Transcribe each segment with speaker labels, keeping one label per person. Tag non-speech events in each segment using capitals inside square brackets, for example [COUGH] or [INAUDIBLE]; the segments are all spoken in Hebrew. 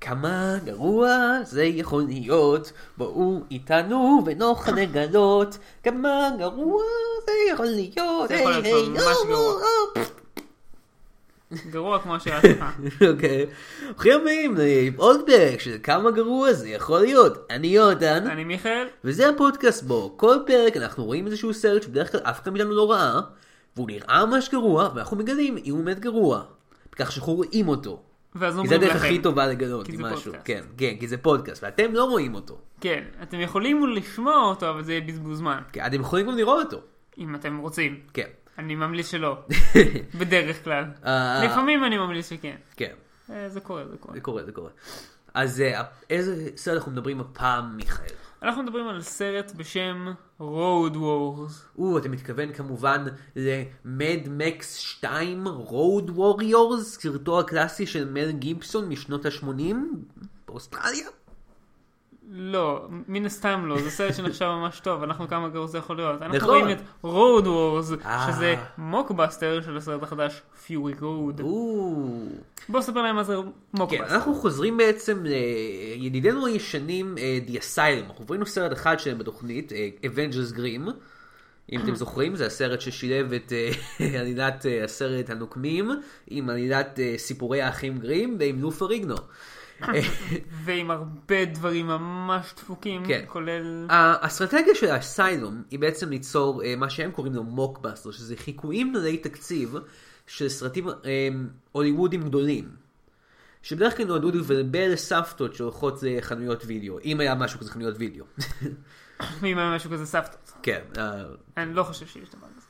Speaker 1: כמה גרוע זה יכול להיות, בואו איתנו ונוכל לגלות, כמה גרוע זה יכול להיות,
Speaker 2: זה יכול
Speaker 1: היי,
Speaker 2: להיות
Speaker 1: היי,
Speaker 2: ממש
Speaker 1: או,
Speaker 2: גרוע.
Speaker 1: או, או.
Speaker 2: גרוע כמו השאלה שלך.
Speaker 1: אוקיי, הכי ימים, אולדבק, של כמה גרוע זה יכול להיות, אני יודן,
Speaker 2: אני מיכאל,
Speaker 1: וזה הפודקאסט בו, כל פרק אנחנו רואים איזשהו סרט שבדרך כלל אף אחד מאיתנו לא ראה, והוא נראה ממש גרוע, ואנחנו מגלים אם הוא באמת גרוע, בכך שאנחנו רואים אותו. כי
Speaker 2: ואז
Speaker 1: זה
Speaker 2: אומרים
Speaker 1: הדרך
Speaker 2: לכם.
Speaker 1: הכי טובה לגלות
Speaker 2: לא כי
Speaker 1: עם
Speaker 2: זה
Speaker 1: משהו.
Speaker 2: פודקאסט.
Speaker 1: כן, כן, כי זה פודקאסט, ואתם לא רואים אותו.
Speaker 2: כן, אתם יכולים לשמוע אותו, אבל זה יהיה בזבוז זמן.
Speaker 1: כן, אתם יכולים גם לראות אותו.
Speaker 2: אם אתם רוצים.
Speaker 1: כן.
Speaker 2: אני ממליץ שלא, בדרך כלל.
Speaker 1: [LAUGHS] אה.
Speaker 2: לפעמים אני ממליץ שכן.
Speaker 1: כן,
Speaker 2: אה, זה קורה, זה קורה.
Speaker 1: זה קורה, זה קורה. אז אה, איזה סרט אנחנו מדברים הפעם, מיכאל?
Speaker 2: אנחנו מדברים על סרט בשם Road Wars.
Speaker 1: או, אתה מתכוון כמובן למד מקס 2 רוד ווריורס, סרטו הקלאסי של מל גיבסון משנות ה-80 באוסטרליה?
Speaker 2: לא, מן הסתם לא, זה סרט שנחשב ממש טוב, אנחנו כמה גרוע זה יכול להיות. אנחנו
Speaker 1: נכון.
Speaker 2: רואים את Road Wars,
Speaker 1: אה.
Speaker 2: שזה מוקבאסטר של הסרט החדש, Fury Road.
Speaker 1: או.
Speaker 2: בוא ספר להם מה זה
Speaker 1: כן,
Speaker 2: מוקבאסטר.
Speaker 1: אנחנו חוזרים בעצם לידידינו הישנים, אה, The Asylum. אנחנו ראינו סרט אחד שלהם בתוכנית, אה, Avengers Grim. אם אתם זוכרים, זה הסרט ששילב את אה, [LAUGHS] עלילת אה, הסרט הנוקמים עם עלילת אה, סיפורי האחים גרים ועם לופה ריגנו.
Speaker 2: ועם הרבה דברים ממש דפוקים,
Speaker 1: כן.
Speaker 2: כולל...
Speaker 1: האסטרטגיה של האסיילום היא בעצם ליצור אה, מה שהם קוראים לו מוקבאסטר, שזה חיקויים מלאי תקציב של סרטים אה, הוליוודים גדולים. שבדרך כלל נועדו לבלבל סבתות שהולכות לחנויות וידאו, אם היה משהו כזה חנויות וידאו. [LAUGHS]
Speaker 2: אם היה משהו כזה סבתות.
Speaker 1: כן, אה,
Speaker 2: אני לא חושב שיש דבר כזה.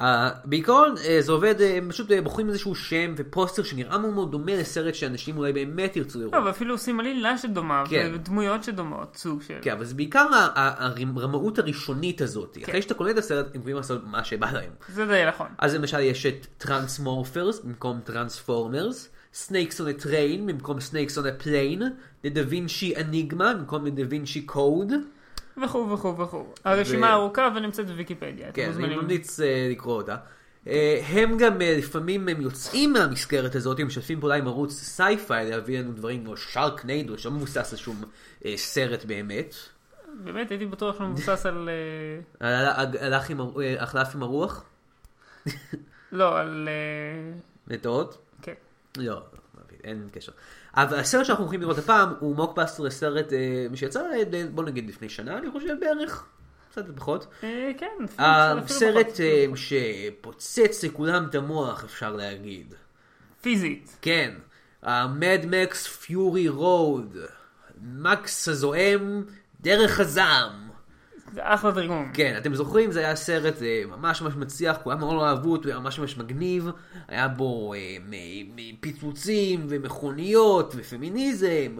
Speaker 1: אה, בעיקרון אה, זה עובד, אה, הם פשוט אה, בוחרים איזשהו שם ופוסטר שנראה מאוד מאוד דומה לסרט שאנשים אולי באמת ירצו לראות.
Speaker 2: לא, ואפילו עושים עלילה שדומה,
Speaker 1: כן.
Speaker 2: ודמויות שדומות, סוג של...
Speaker 1: כן, אבל זה בעיקר ה- ה- הרמאות הראשונית הזאת. אחרי שאתה קונה את הסרט, הם יכולים לעשות מה שבא להם.
Speaker 2: זה די נכון.
Speaker 1: אז למשל יש את טרנסמורפרס במקום טרנספורמרס, סנייקס און הטריין במקום סנייקס און הפליין, דה וינצ'י אניגמה במקום דה וינצ'י קוד.
Speaker 2: וכו' וכו' וכו'. הרשימה ארוכה ונמצאת בוויקיפדיה. אתם
Speaker 1: כן, אני
Speaker 2: מוזמנים.
Speaker 1: ממליץ אה, לקרוא אותה. אה, הם גם אה, לפעמים הם יוצאים מהמסגרת הזאת, הם משתפים פעולה עם ערוץ סייפיי להביא לנו דברים כמו שרקניידו, שלא מבוסס על שום אה, סרט באמת.
Speaker 2: באמת, הייתי בטוח שהוא מבוסס על... אה,
Speaker 1: על- על- הלך עם הר- אה, החלף עם הרוח?
Speaker 2: לא, על... אה,
Speaker 1: לטעות?
Speaker 2: כן.
Speaker 1: לא, אין קשר. אבל הסרט שאנחנו הולכים לראות הפעם הוא מוקבאסטר סרט אה, שיצא, אה, בוא נגיד לפני שנה, אני חושב בערך, קצת פחות.
Speaker 2: אה, כן, אפילו- אפילו
Speaker 1: הסרט
Speaker 2: פחות.
Speaker 1: אה, שפוצץ לכולם את המוח, אפשר להגיד.
Speaker 2: פיזית.
Speaker 1: כן, המדמקס פיורי רוד, מקס הזועם, דרך הזעם.
Speaker 2: זה אחלה תרגום.
Speaker 1: כן, אתם זוכרים, זה היה סרט אה, ממש ממש מצליח, כולם מאוד אהבו אותו, הוא היה ממש ממש מגניב, היה בו אה, מ- מ- פיצוצים ומכוניות ופמיניזם,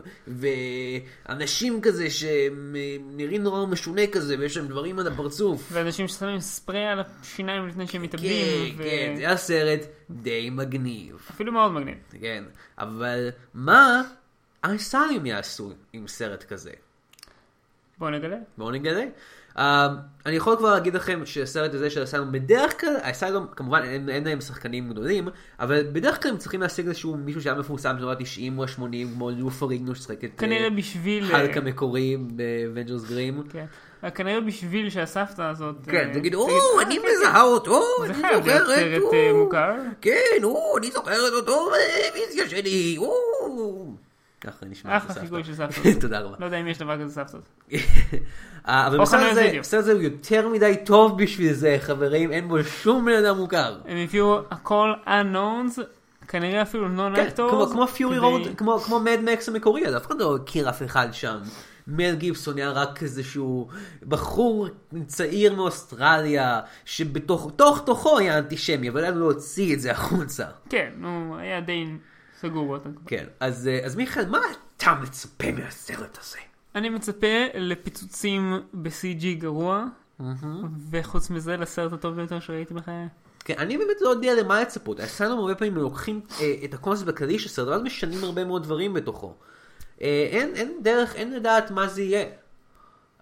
Speaker 1: ואנשים כזה שהם אה, נראים נורא משונה כזה, ויש להם דברים על הפרצוף.
Speaker 2: ואנשים ששמים ספרי על השיניים לפני שהם מתאבדים.
Speaker 1: כן,
Speaker 2: ו-
Speaker 1: כן, זה היה סרט די מגניב,
Speaker 2: אפילו מאוד מגניב.
Speaker 1: כן, אבל מה הסיים יעשו עם סרט כזה?
Speaker 2: בואו נגלה.
Speaker 1: בואו נגלה. Uh, אני יכול כבר להגיד לכם שהסרט הזה של הסיילום, בדרך כלל, הסיילום כמובן אין, אין להם שחקנים גדולים, אבל בדרך כלל הם צריכים להשיג איזשהו מישהו שהיה מפורסם בשנות ה-90 או ה-80, כמו לופה ריגנו ששחק את
Speaker 2: כנראה בשביל... אה,
Speaker 1: חלק המקורי ב-Avengers גרים.
Speaker 2: כן. כנראה בשביל שהסבתא הזאת...
Speaker 1: כן,
Speaker 2: אה,
Speaker 1: תגיד,
Speaker 2: תגיד,
Speaker 1: או,
Speaker 2: "אה,
Speaker 1: אני
Speaker 2: כן,
Speaker 1: מזהה אותו,
Speaker 2: זה
Speaker 1: אני
Speaker 2: חייב להיות
Speaker 1: זוכרת,
Speaker 2: סרט אה,
Speaker 1: או."
Speaker 2: מוכר.
Speaker 1: כן, או, אני זוכרת אותו בטלוויזיה שלי, או. ככה נשמע
Speaker 2: אחלה
Speaker 1: את
Speaker 2: חיקוי של סבתא.
Speaker 1: [LAUGHS] תודה רבה.
Speaker 2: לא יודע אם יש דבר כזה סבתא.
Speaker 1: אה, אבל
Speaker 2: או
Speaker 1: בסדר
Speaker 2: חנויות
Speaker 1: זה,
Speaker 2: וידאו.
Speaker 1: בסדר זה הוא יותר מדי טוב בשביל זה, חברים, אין בו שום בן אדם מוכר.
Speaker 2: הם הביאו הכל unknowns, כנראה אפילו non
Speaker 1: כן,
Speaker 2: actors.
Speaker 1: כמו, כמו פיורי רוד, כמו, כמו מדמקס המקורי, אז אף אחד לא הכיר אף אחד שם. מל גיבסון היה רק איזשהו בחור צעיר מאוסטרליה, שבתוך תוך תוכו היה אנטישמי, אבל היה לו להוציא את זה החוצה.
Speaker 2: כן, נו, היה די סגור באותה תקופה.
Speaker 1: כן, אז, אה, אז מיכאל, מה אתה מצפה מהסרט הזה?
Speaker 2: אני מצפה לפיצוצים ב-CG גרוע, וחוץ מזה לסרט הטוב ביותר שראיתי בחיי.
Speaker 1: כן, אני באמת לא יודע למה לצפות. הסאונד הרבה פעמים לוקחים אה, את הקונספט הכללי של סרט, ואז משנים הרבה מאוד דברים בתוכו. אה, אין, אין דרך, אין לדעת מה זה יהיה.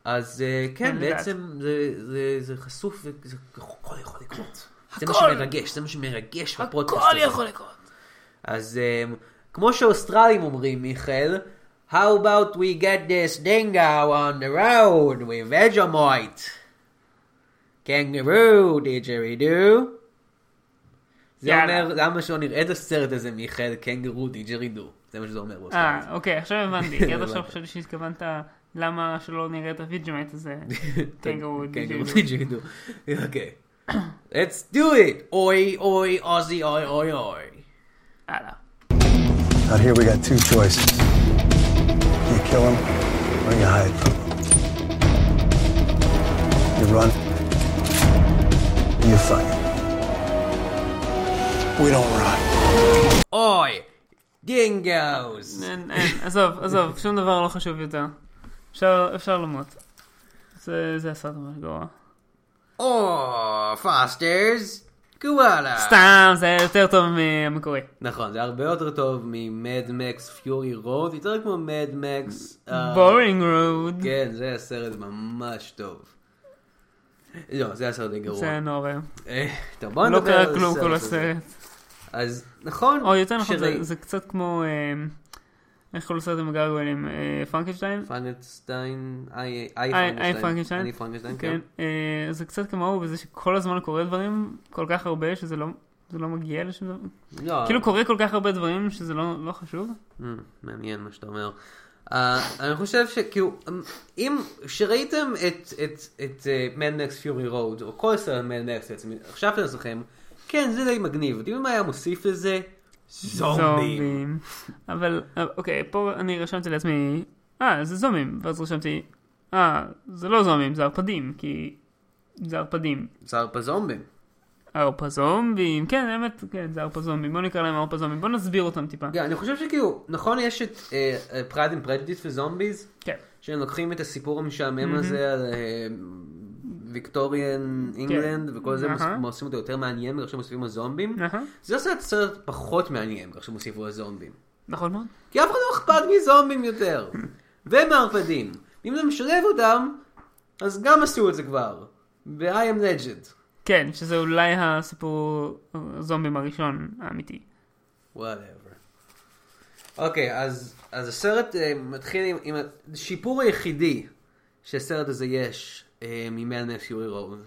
Speaker 1: אז אה, כן,
Speaker 2: אין לדעת.
Speaker 1: בעצם זה, זה, זה חשוף, וזה הכל יכול לקרות. זה מה
Speaker 2: הכל.
Speaker 1: שמרגש, זה מה שמרגש בפודקאסט
Speaker 2: הכל
Speaker 1: הזה.
Speaker 2: יכול לקרות.
Speaker 1: אז אה, כמו שאוסטרלים אומרים, מיכאל, How about we get this dingo on the road with Vegemite? Kangaroo, didgeridoo. זה
Speaker 2: יאללה.
Speaker 1: אומר, למה שלא נראה את הסרט הזה, מיכאל, קנגרו דיג'רידו. זה מה שזה אומר באוסטרלית. [LAUGHS]
Speaker 2: אה, אוקיי, עכשיו הבנתי. כי עד עכשיו
Speaker 1: הבנתי.
Speaker 2: חשבתי שהתכוונת למה שלא נראה את הוויג'מט הזה.
Speaker 1: [LAUGHS]
Speaker 2: קנגורו
Speaker 1: קנגרו
Speaker 2: דיג'רידו.
Speaker 1: דיג'רידו. אוקיי. Let's do it! אוי, אוי, אוזי, אוי, אוי, אוי.
Speaker 2: הלאה.
Speaker 3: Out here, we got two choices. You kill him, or you hide from him. You run, or you fight. We don't run.
Speaker 1: אוי! דינגוס!
Speaker 2: אין, אין, עזוב, עזוב, שום דבר לא חשוב יותר. אפשר- אפשר למות. זה זה הסרט ממש גרוע.
Speaker 1: או, פאסטרס! קוואלה!
Speaker 2: סתם, זה היה יותר טוב מהמקורי.
Speaker 1: נכון, זה הרבה יותר טוב ממדמקס פיורי רוד, יותר כמו מדמקס...
Speaker 2: בורינג רוד.
Speaker 1: אה, כן, זה הסרט ממש טוב. לא, זה הסרט די גרוע.
Speaker 2: זה היה נורא.
Speaker 1: אה, טוב, בוא
Speaker 2: כן. לא
Speaker 1: נדבר על
Speaker 2: קרה כלום
Speaker 1: הסרט
Speaker 2: כל
Speaker 1: הזה.
Speaker 2: הסרט.
Speaker 1: אז נכון,
Speaker 2: או יותר נכון,
Speaker 1: שראי-
Speaker 2: זה- זה קצת כמו... אה, איך קוראים לסרט עם הגרגולים? פרנקנשטיין?
Speaker 1: פרנקנשטיין, איי איי
Speaker 2: איי
Speaker 1: פרנקנשטיין,
Speaker 2: פרנקנשטיין.
Speaker 1: אני פרנקנשטיין, כן.
Speaker 2: כן. אה, זה קצת כמוהו בזה שכל הזמן קורה דברים כל כך הרבה שזה לא... זה לא מגיע לשום דבר.
Speaker 1: לא,
Speaker 2: כאילו קורה כל כך הרבה דברים שזה לא, לא חשוב.
Speaker 1: אמ, מעניין מה שאתה אומר. אה, אני חושב שכאילו, אמ, אם, שראיתם את- את- את אה, מנדקס פיורי רוד, או כל סרט מנדקס בעצם, חשבתם לעצמכם, כן, זה די מגניב, אתם יודעים מה היה מוסיף לזה? זומבים.
Speaker 2: אבל אה, אוקיי, פה אני רשמתי לעצמי, אה, זה זומבים. ואז רשמתי, אה, זה לא זומבים, זה ערפדים, כי זה ערפדים.
Speaker 1: צער בזומבים.
Speaker 2: ערפזומבים, כן, האמת, כן, זה ערפזומבים. בוא נקרא להם ערפזומבים, בוא נסביר אותם טיפה.
Speaker 1: כן, אני חושב שכאילו, נכון יש את אה, פרייד אנד פרדיס וזומביז,
Speaker 2: כן.
Speaker 1: שהם לוקחים את הסיפור המשעמם הזה על אה, ויקטוריאן אינגלנד וכל זה,
Speaker 2: אהה.
Speaker 1: מוס- עושים אותו יותר מעניין בגלל שמוסיפים לו זומבים.
Speaker 2: אהה.
Speaker 1: זה עושה את הסרט פחות מעניין בגלל שמוסיפו לו זומבים.
Speaker 2: נכון מאוד.
Speaker 1: כי אף אחד לא אכפת מזומבים יותר. ומערפדים. אם אתה משלב אותם, אז גם עשו את זה כבר. ב-I am legend.
Speaker 2: כן, שזה אולי הסיפור הזומבים הראשון האמיתי.
Speaker 1: וואטאבר. אוקיי, אז, אז הסרט אה, מתחיל עם, עם השיפור היחידי שהסרט הזה יש אה, ממנדס יורי רוד.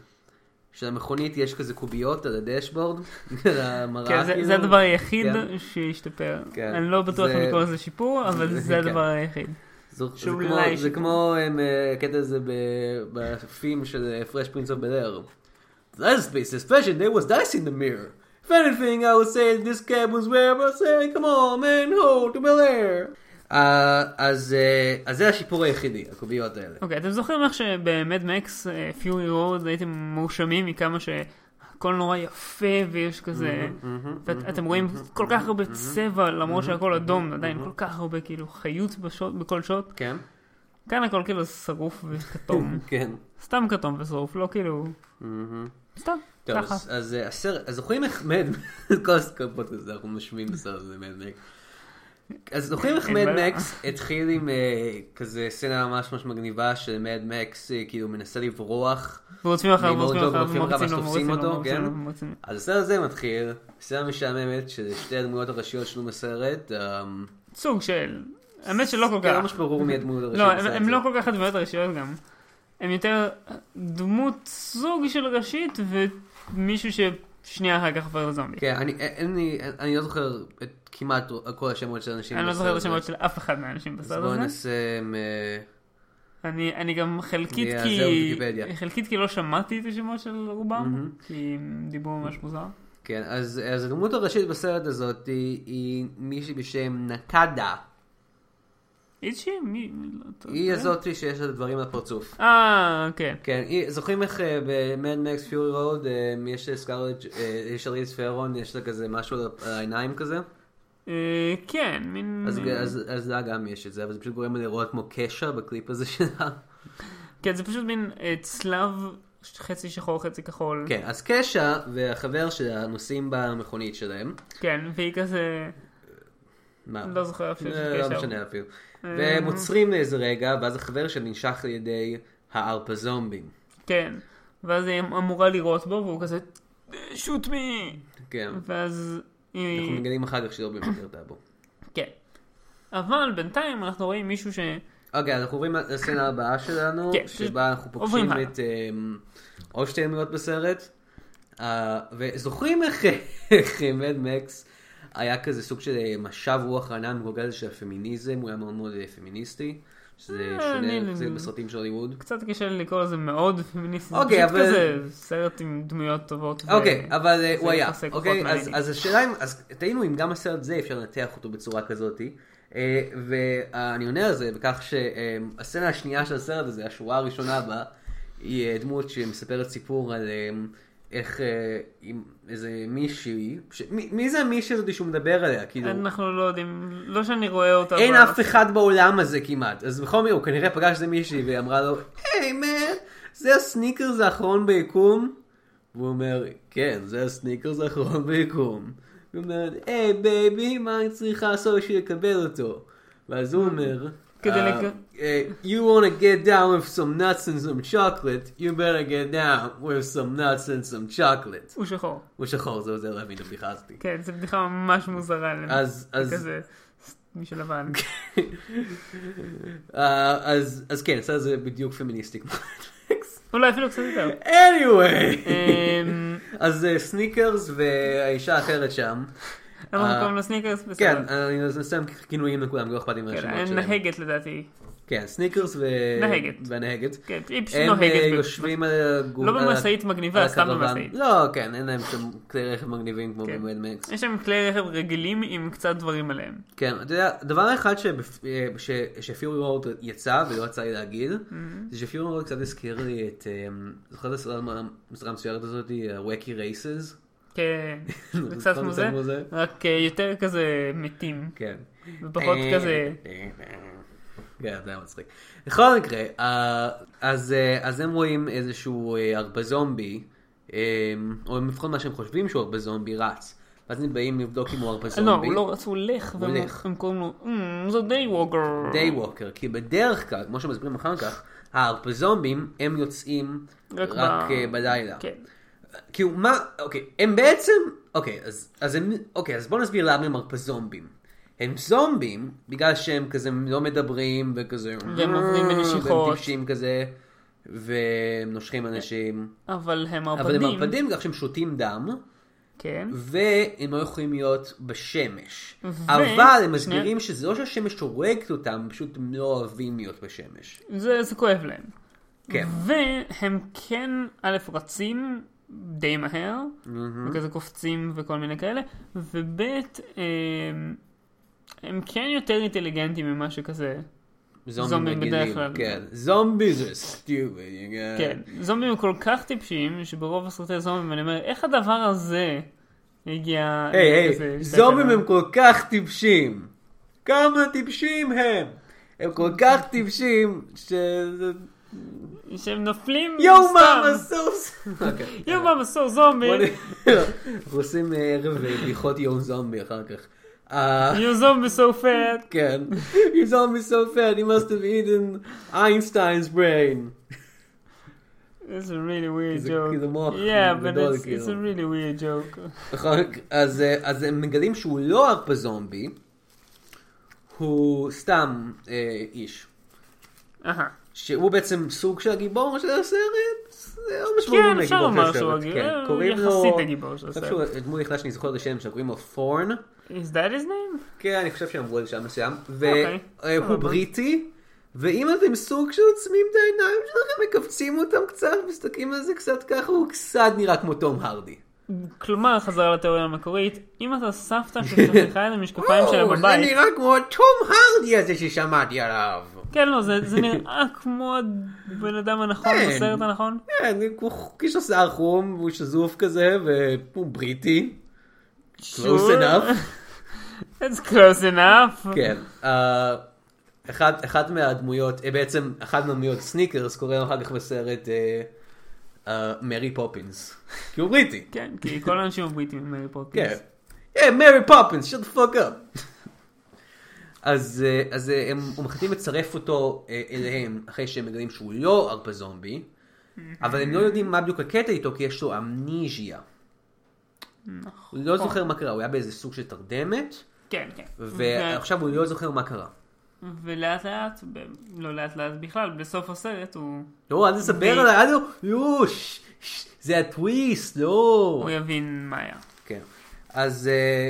Speaker 1: שלמכונית יש כזה קוביות על הדשבורד, [LAUGHS] על המראה
Speaker 2: כן, זה,
Speaker 1: כאילו.
Speaker 2: זה הדבר היחיד
Speaker 1: כן.
Speaker 2: שהשתפר.
Speaker 1: כן.
Speaker 2: אני לא בטוח
Speaker 1: זה-
Speaker 2: אם לקרוא לזה שיפור,
Speaker 1: [LAUGHS]
Speaker 2: אבל זה
Speaker 1: כן.
Speaker 2: הדבר היחיד.
Speaker 1: זה, זה
Speaker 2: שהוא
Speaker 1: כמו,
Speaker 2: אולי
Speaker 1: זה
Speaker 2: שיפור.
Speaker 1: כמו הם, אה, הקטע הזה ב- בפים של אה, פרש פרינס אוף בלאר. Last space suspension, there was dice in the mirror. If anything, I would say this cab was where I say, come on, man, hold to Bel-Air. אה, אז אה, אז זה השיפור היחידי, הקוביות האלה.
Speaker 2: אוקיי, אתם זוכרים איך שבמד מקס, פיורי רוד, אה, הייתם מואשמים מכמה שהכל נורא יפה ויש כזה... ואת- אתם רואים כל כך הרבה צבע, למרות שהכל אדום, עדיין כל כך הרבה כאילו חיות בשוט- בכל שוט.
Speaker 1: כן?
Speaker 2: כאן הכל כאילו שרוף
Speaker 1: [LAUGHS]
Speaker 2: וכתום.
Speaker 1: כן. Mm-hmm.
Speaker 2: סתם כתום ושרוף, לא כאילו... סתם,
Speaker 1: טוב,
Speaker 2: ככה.
Speaker 1: אז- אז אה, הסרט, אז זוכרים איך מד, [LAUGHS] כל כל פודקאסט אנחנו משמיעים בסרט הזה מד מקס. אז זוכרים איך
Speaker 2: אין
Speaker 1: מד
Speaker 2: בעיה.
Speaker 1: מקס התחיל עם אה, כזה סצנה ממש ממש מגניבה של מד מקס אה, כאילו מנסה לברוח.
Speaker 2: ורודפים אחריו,
Speaker 1: ממורדוק,
Speaker 2: ורודפים אחריו,
Speaker 1: רודפים אחריו,
Speaker 2: ומרצים
Speaker 1: ואז
Speaker 2: לו,
Speaker 1: תופסים
Speaker 2: מרצים לא לו,
Speaker 1: אותו,
Speaker 2: מרצים לו,
Speaker 1: כן?
Speaker 2: מרצים לו.
Speaker 1: אז הסרט הזה מתחיל, סצנה משעממת של שתי הדמויות הראשיות שלנו בסרט. אה,
Speaker 2: סוג של... האמת שלא כל
Speaker 1: זה לא
Speaker 2: כך.
Speaker 1: ממש ברור מי הדמות
Speaker 2: לא,
Speaker 1: הראשית
Speaker 2: הם-
Speaker 1: בסרט
Speaker 2: הם
Speaker 1: הזה.
Speaker 2: לא כל כך הדמויות הראשיות גם. הם יותר דמות סוג של ראשית ומישהו ששנייה אחר כך עובר לזומבי.
Speaker 1: כן, אני- אין לי, אני לא זוכר את כמעט כל השמות של האנשים
Speaker 2: אני לא
Speaker 1: בסרט
Speaker 2: זוכר את
Speaker 1: הזה.
Speaker 2: השמות של אף אחד מהאנשים
Speaker 1: אז
Speaker 2: בסרט
Speaker 1: בואו
Speaker 2: הזה.
Speaker 1: נעשה... אה,
Speaker 2: אני אני גם חלקית
Speaker 1: אני אעזר
Speaker 2: כי...
Speaker 1: בוויקיפדיה.
Speaker 2: חלקית כי לא שמעתי את השמות של רובם, כי הם דיברו ממש מוזר.
Speaker 1: כן, אז, אז הדמות הראשית בסרט הזאת היא, היא מישהי בשם נקדה.
Speaker 2: איזושהי? מי? מי- לא- אתה
Speaker 1: היא
Speaker 2: יודע?
Speaker 1: הזאתי שיש לה דברים על הפרצוף.
Speaker 2: אה, כן.
Speaker 1: כן, היא, זוכרים איך אה, ב-Mad Max Fury Road אה, יש סקארלט, יש אריס פרון, יש לה כזה משהו על העיניים כזה?
Speaker 2: אה, כן, מין...
Speaker 1: אז, אז, אז לה גם יש את זה, אבל זה פשוט גורם לה לראות כמו קשע בקליפ הזה שלה.
Speaker 2: כן, זה פשוט מין אה, צלב חצי שחור, חצי כחול.
Speaker 1: כן, אז קשע והחבר שלה נוסעים במכונית שלהם.
Speaker 2: כן, והיא כזה...
Speaker 1: מה?
Speaker 2: לא זוכר אפילו שזה
Speaker 1: אה, לא
Speaker 2: קשר. אה.
Speaker 1: משנה אפילו. והם עוצרים לאיזה רגע, ואז החבר שלה ננשך על ידי הארפה זומבים.
Speaker 2: כן. ואז היא אמורה לירות בו, והוא כזה... שוט מי!
Speaker 1: כן.
Speaker 2: ואז
Speaker 1: אנחנו
Speaker 2: היא... אה,
Speaker 1: מגלים אחר כך שלא באמת ירתה בו.
Speaker 2: כן, אבל בינתיים אנחנו רואים מישהו ש...
Speaker 1: אוקיי, אנחנו עוברים לסצנה הבאה שלנו,
Speaker 2: כן,
Speaker 1: שבה אנחנו
Speaker 2: עוברים
Speaker 1: פוגשים
Speaker 2: הלאה.
Speaker 1: את אמ, עוד שתי דמויות בסרט, אה, וזוכרים איך מדמקס היה כזה סוג של אה, משב רוח רענן, הוא כזה של הפמיניזם, הוא היה מאוד מאוד אה, פמיניסטי, שזה
Speaker 2: אה,
Speaker 1: שונה
Speaker 2: אני-
Speaker 1: זה בסרטים של הלימוד.
Speaker 2: קצת קשה לי לקרוא לזה מאוד פמיניסטי, זה
Speaker 1: אוקיי,
Speaker 2: פשוט
Speaker 1: אבל-
Speaker 2: כזה סרט עם דמויות טובות. ו-
Speaker 1: אוקיי, אבל אה,
Speaker 2: זה
Speaker 1: הוא היה,
Speaker 2: יחסי כוחות
Speaker 1: אוקיי, אז-
Speaker 2: מעניינים.
Speaker 1: אז השאלה אם, אז תהינו אם גם הסרט זה אפשר לנתח אותו בצורה כזאת, אה, ואני עונה על זה בכך שהסצנה השנייה של הסרט הזה, השורה הראשונה בה, היא אה, דמות שמספרת סיפור על אה, איך אה, עם איזה מישהי, ש- מי מי זה המישהי הזאת שהוא מדבר עליה, כאילו,
Speaker 2: אנחנו לא יודעים, לא שאני רואה אותה.
Speaker 1: אין
Speaker 2: אבל-
Speaker 1: אף אחד בעולם הזה כמעט, אז בכל מקרה הוא כנראה פגש איזה מישהי ואמרה לו, היי מן, זה הסניקרס האחרון ביקום? והוא אומר, כן, זה הסניקרס האחרון ביקום. היא אומרת, היי בייבי, מה אני צריכה לעשות בשביל לקבל אותו? ואז הוא אומר,
Speaker 2: כדי
Speaker 1: "אה,
Speaker 2: לק-
Speaker 1: אה, You want to get down with some nuts and some chocolate, you better get down with some nuts and some chocolate.
Speaker 2: הוא שחור.
Speaker 1: הוא שחור, זה עוזר להבין לא את הבדיחה הזאת.
Speaker 2: כן, זו בדיחה ממש מוזרה. לי.
Speaker 1: אז, כן.
Speaker 2: זה
Speaker 1: אז,
Speaker 2: כזה, מישהו לבן.
Speaker 1: אה, אז, אז כן, הסרט הזה בדיוק פמיניסטי כמו נטפליקס.
Speaker 2: אולי אפילו קצת
Speaker 1: [LAUGHS]
Speaker 2: יותר.
Speaker 1: anyway!
Speaker 2: אמ,
Speaker 1: אז אה, סניקרס והאישה האחרת שם.
Speaker 2: אנחנו
Speaker 1: אה,
Speaker 2: קוראים לו סניקרס, בסדר.
Speaker 1: כן, אני מסיים כינויים לכולם, לא אכפת לי
Speaker 2: כן,
Speaker 1: מהשמות שלהם.
Speaker 2: נהגת לדעתי.
Speaker 1: כן, סניקרס ו-
Speaker 2: נהגת.
Speaker 1: והנהגת.
Speaker 2: כן, היא פשוט
Speaker 1: הם
Speaker 2: נוהגת.
Speaker 1: אה,
Speaker 2: ב-
Speaker 1: יושבים על הגור...
Speaker 2: לא במשאית מגניבה, סתם במשאית.
Speaker 1: לא, כן, אין להם שם כלי רכב מגניבים כמו
Speaker 2: כן.
Speaker 1: במדמקס.
Speaker 2: יש שם כלי רכב רגילים עם קצת דברים עליהם.
Speaker 1: כן, אתה יודע, דבר אחד שבפ- אה, ש- שפיורי רוד יצא ולא יצא לי להגיד,
Speaker 2: Mm-hmm.
Speaker 1: זה שפיורי רוד קצת הזכיר לי את, אה, זוכר את הסדרה הסדרה המצוירת הזאת, ווקי רייסס?
Speaker 2: כן,
Speaker 1: [LAUGHS]
Speaker 2: זה קצת כמו זה, רק אה, יותר כזה מתים.
Speaker 1: כן.
Speaker 2: ופחות כזה...
Speaker 1: אה, כן, זה היה מצחיק. בכל מקרה, אה, אז אה, אז הם רואים איזשהו אה, הרבה זומבי, אה, או לפחות מה שהם חושבים שהוא הרבה זומבי רץ, ואז הם באים לבדוק אם הוא הרבה זומבי.
Speaker 2: לא, הוא לא רץ, הוא הולך, והם-
Speaker 1: הולך.
Speaker 2: הם קוראים לו, "אמ, זה די ווקר.
Speaker 1: דיי ווקר, כי בדרך כלל, כמו שמסבירים אחר כך, ההרפזומבים הם יוצאים רק,
Speaker 2: רק ב-
Speaker 1: אה, בלילה.
Speaker 2: כן.
Speaker 1: כאילו מה, אוקיי, הם בעצם, אוקיי, אז, אז הם, אוקיי, אז בואו נסביר למה הם הרפזומבים. הם זומבים, בגלל שהם כזה לא מדברים וכזה,
Speaker 2: והם עוברים בנשיכות.
Speaker 1: והם טיפשים כזה, והם נושכים אנשים,
Speaker 2: אבל הם
Speaker 1: אבל הם
Speaker 2: ערפדים.
Speaker 1: מרפדים כך שהם שותים דם.
Speaker 2: כן.
Speaker 1: והם לא יכולים להיות בשמש.
Speaker 2: ו-
Speaker 1: אבל הם מסבירים שזה לא שהשמש הורגת אותם, הם פשוט הם לא אוהבים להיות בשמש.
Speaker 2: זה זה כואב להם.
Speaker 1: כן.
Speaker 2: והם כן, א', רצים די מהר, וכזה קופצים וכל מיני כאלה, וב', הם- הם כן יותר אינטליגנטים ממה שכזה.
Speaker 1: זומבים
Speaker 2: זומבים
Speaker 1: רגילים,
Speaker 2: בדרך כלל.
Speaker 1: כן. זומבי זה סטיובד,
Speaker 2: כן,
Speaker 1: אה,
Speaker 2: זומבים הם כל כך טיפשים, שברוב הסרטי זומבים אני אומר, איך הדבר הזה הגיע...
Speaker 1: היי,
Speaker 2: לזה?"
Speaker 1: היי, זומבים הם כל כך טיפשים. כמה טיפשים הם. הם כל כך טיפשים, ש...
Speaker 2: שהם נופלים
Speaker 1: יואו,
Speaker 2: סתם.
Speaker 1: מאמה [LAUGHS] סוס.
Speaker 2: יואו מאמה סו זומבי,
Speaker 1: אוקיי. אה, בוא נ- אנחנו עושים ערב אה, בדיחות יום זומבי אחר כך. אה,
Speaker 2: יואו זומבי סו פאט.
Speaker 1: כן. [LAUGHS] You saw me so fat, you אה, must have eaten Einstein's brain.
Speaker 2: It's a really weird
Speaker 1: כי זה-
Speaker 2: joke.
Speaker 1: כי זה מוח
Speaker 2: Yeah, but
Speaker 1: גדול,
Speaker 2: it's, it's a
Speaker 1: כאילו.
Speaker 2: really weird joke.
Speaker 1: נכון? אז, אה, אז הם מגלים שהוא לא הרפה זומבי, הוא סתם אה, איש.
Speaker 2: אהה.
Speaker 1: שהוא בעצם סוג של הגיבור של הסרט, זה לא משמעותי
Speaker 2: כן, אפשר
Speaker 1: מהגיבור של
Speaker 2: לומר
Speaker 1: הסרט.
Speaker 2: שהוא הגיבור,
Speaker 1: כן, קוראים לו...
Speaker 2: יחסית הגיבור של
Speaker 1: אני חושב
Speaker 2: הסרט.
Speaker 1: שהוא הדמות היחידה שאני זוכר את השם שלו, קוראים לו פורן.
Speaker 2: Is that his name?
Speaker 1: כן, אני חושב שהם אמרו את זה שם מסוים.
Speaker 2: אוקיי.
Speaker 1: והוא
Speaker 2: סבבה.
Speaker 1: בריטי, ואם אתם סוג של עוצמים את העיניים שלכם, מכווצים אותם קצת, מסתכלים על זה קצת ככה, הוא קצת נראה כמו תום הרדי.
Speaker 2: כלומר, חזרה לתיאוריה המקורית, אם אתה סבתא
Speaker 1: [LAUGHS]
Speaker 2: שצריכה את המשקפיים שלה
Speaker 1: או, זה
Speaker 2: בבית,
Speaker 1: נראה כמו תום הרדי הזה ששמעתי עליו.
Speaker 2: כן, לא, זה זה נראה כמו הבן אדם הנכון
Speaker 1: כן.
Speaker 2: בסרט הנכון.
Speaker 1: כן, הוא איש השיער חום, הוא שזוף כזה, והוא בריטי. Close
Speaker 2: Sure.
Speaker 1: enough.
Speaker 2: That's close enough.
Speaker 1: כן. אה, אחת אחת מהדמויות, אה, בעצם אחת מהדמויות סניקרס, קוראים אחר כך בסרט אה, אה, מרי פופינס. כי הוא בריטי.
Speaker 2: כן, כי כל האנשים הבריטים הם מרי פופינס.
Speaker 1: כן. היי, מרי פופינס, shut the fuck up. אז, אה, אז אה, הם הם מחליטים לצרף אותו אה, אליהם אחרי שהם מגלים שהוא לא ארפה זומבי, אבל הם לא יודעים מה בדיוק הקטע איתו כי יש לו אמניזיה. הוא לא זוכר מה קרה, הוא היה באיזה סוג של תרדמת,
Speaker 2: כן, כן.
Speaker 1: ועכשיו הוא לא זוכר מה קרה.
Speaker 2: ולאט לאט, ב- לא לאט לאט בכלל, בסוף הסרט הוא,
Speaker 1: לא, אל תספר עליי, אל ת- לא, ש- ש- זה הטוויסט, לא.
Speaker 2: הוא יבין מה היה.
Speaker 1: כן. אז אה,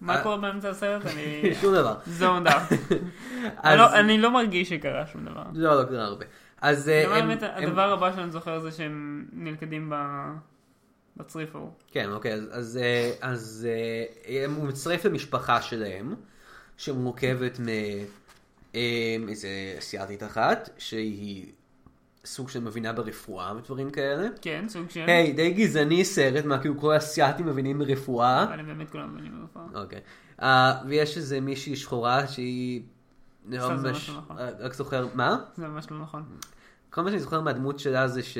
Speaker 2: מה
Speaker 1: אה.
Speaker 2: קורה באמצע
Speaker 1: [LAUGHS]
Speaker 2: הסרט? אני...
Speaker 1: שום דבר.
Speaker 2: זונד
Speaker 1: [LAUGHS]
Speaker 2: אאוט.
Speaker 1: אז-
Speaker 2: לא, אה, אני לא מרגיש שקרה שום דבר.
Speaker 1: לא, לא קרה הרבה. אז אה,
Speaker 2: הדבר
Speaker 1: הם-
Speaker 2: לא באמת,
Speaker 1: הם-
Speaker 2: הדבר הבא שאני זוכר זה שהם נלכדים ב- בצריף ההוא.
Speaker 1: כן, אוקיי, אז, אז, אה, אז אה, הם- הוא מצטרף למשפחה שלהם, שמורכבת מאיזה אסיאתית אחת, שהיא סוג של מבינה ברפואה ודברים כאלה.
Speaker 2: כן, סוג של...
Speaker 1: היי, די גזעני סרט, מה כאילו כל האסיאתים מבינים ברפואה.
Speaker 2: אבל הם באמת כולם בנים במופע.
Speaker 1: אוקיי. אה, ויש איזה מישהי שחורה שהיא... לא
Speaker 2: סתם, זה
Speaker 1: ממש-
Speaker 2: משהו נכון.
Speaker 1: אה, רק זוכר, מה?
Speaker 2: זה ממש לא נכון.
Speaker 1: כל מה שאני זוכר מהדמות שלה זה ש...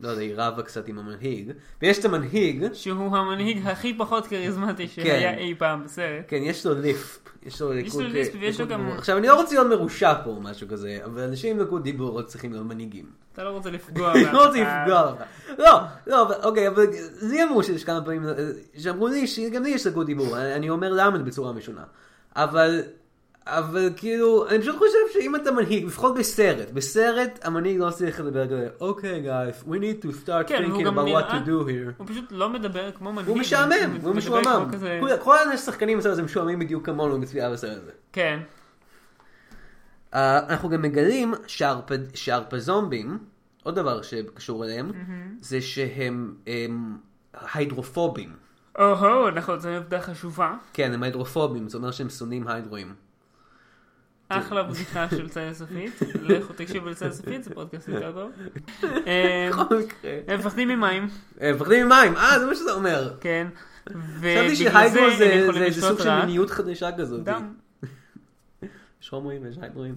Speaker 1: לא יודע, היא רבה קצת עם המנהיג. ויש את המנהיג,
Speaker 2: שהוא המנהיג הכי פחות כריזמטי
Speaker 1: כן.
Speaker 2: שהיה אי פעם בסרט.
Speaker 1: כן, יש לו ליפ. יש לו
Speaker 2: יש לו
Speaker 1: ליקוד-
Speaker 2: ליספ ויש לו
Speaker 1: ליקוד
Speaker 2: גם-
Speaker 1: דיבור. עכשיו, אני לא רוצה להיות מרושע פה או משהו כזה, אבל אנשים עם לקוד דיבור לא צריכים להיות מנהיגים.
Speaker 2: אתה לא רוצה לפגוע.
Speaker 1: אני
Speaker 2: באף
Speaker 1: [LAUGHS] לא רוצה
Speaker 2: אחד.
Speaker 1: לפגוע בך. לא, לא, אבל- אוקיי, אבל לי אמרו שיש כמה פעמים, אה, שאמרו לי שגם לי יש לקות דיבור, אני אני אומר למה בצורה משונה. אבל, אבל כאילו, אני פשוט חושב שאם אתה מנהיג, לפחות בסרט, בסרט המנהיג לא צריך לדבר כזה, אוקיי, guys, we need to start
Speaker 2: כן, והוא
Speaker 1: thinking
Speaker 2: גם
Speaker 1: about what
Speaker 2: נראה-
Speaker 1: to do here.
Speaker 2: הוא פשוט לא מדבר כמו מנהיג.
Speaker 1: הוא משעמם, הוא
Speaker 2: מדבר
Speaker 1: משועמם.
Speaker 2: כמו כזה-
Speaker 1: כולם- כל השחקנים בסרט הזה משועממים בדיוק כמונו בצפייה בסרט הזה.
Speaker 2: כן.
Speaker 1: אה, אנחנו גם מגלים שהארפ- שהארפזומבים, עוד דבר שקשור אליהם, זה שהם הם היידרופובים.
Speaker 2: או-הו, נכון, זו עובדה חשובה.
Speaker 1: כן, הם היידרופובים, זה אומר שהם שונאים היידרואים. [LAUGHS] כן.
Speaker 2: אחלה בדיחה של צד סופית. לכו תקשיבו לצד סופית, זה פודקאסט
Speaker 1: [LAUGHS]
Speaker 2: יותר טוב. אה,
Speaker 1: בכל מקרה.
Speaker 2: הם מפחדים ממים,
Speaker 1: אה, מפחדים ממים, אה, זה מה שזה אומר.
Speaker 2: כן.
Speaker 1: חשבתי
Speaker 2: ובגלל זה
Speaker 1: שהיידרו זה-
Speaker 2: הם
Speaker 1: זה
Speaker 2: יכולים
Speaker 1: איזה סוג
Speaker 2: לשתות
Speaker 1: של
Speaker 2: רק
Speaker 1: מיניות חדשה כזאת.
Speaker 2: דם.
Speaker 1: יש הומואים ויש היידרואים.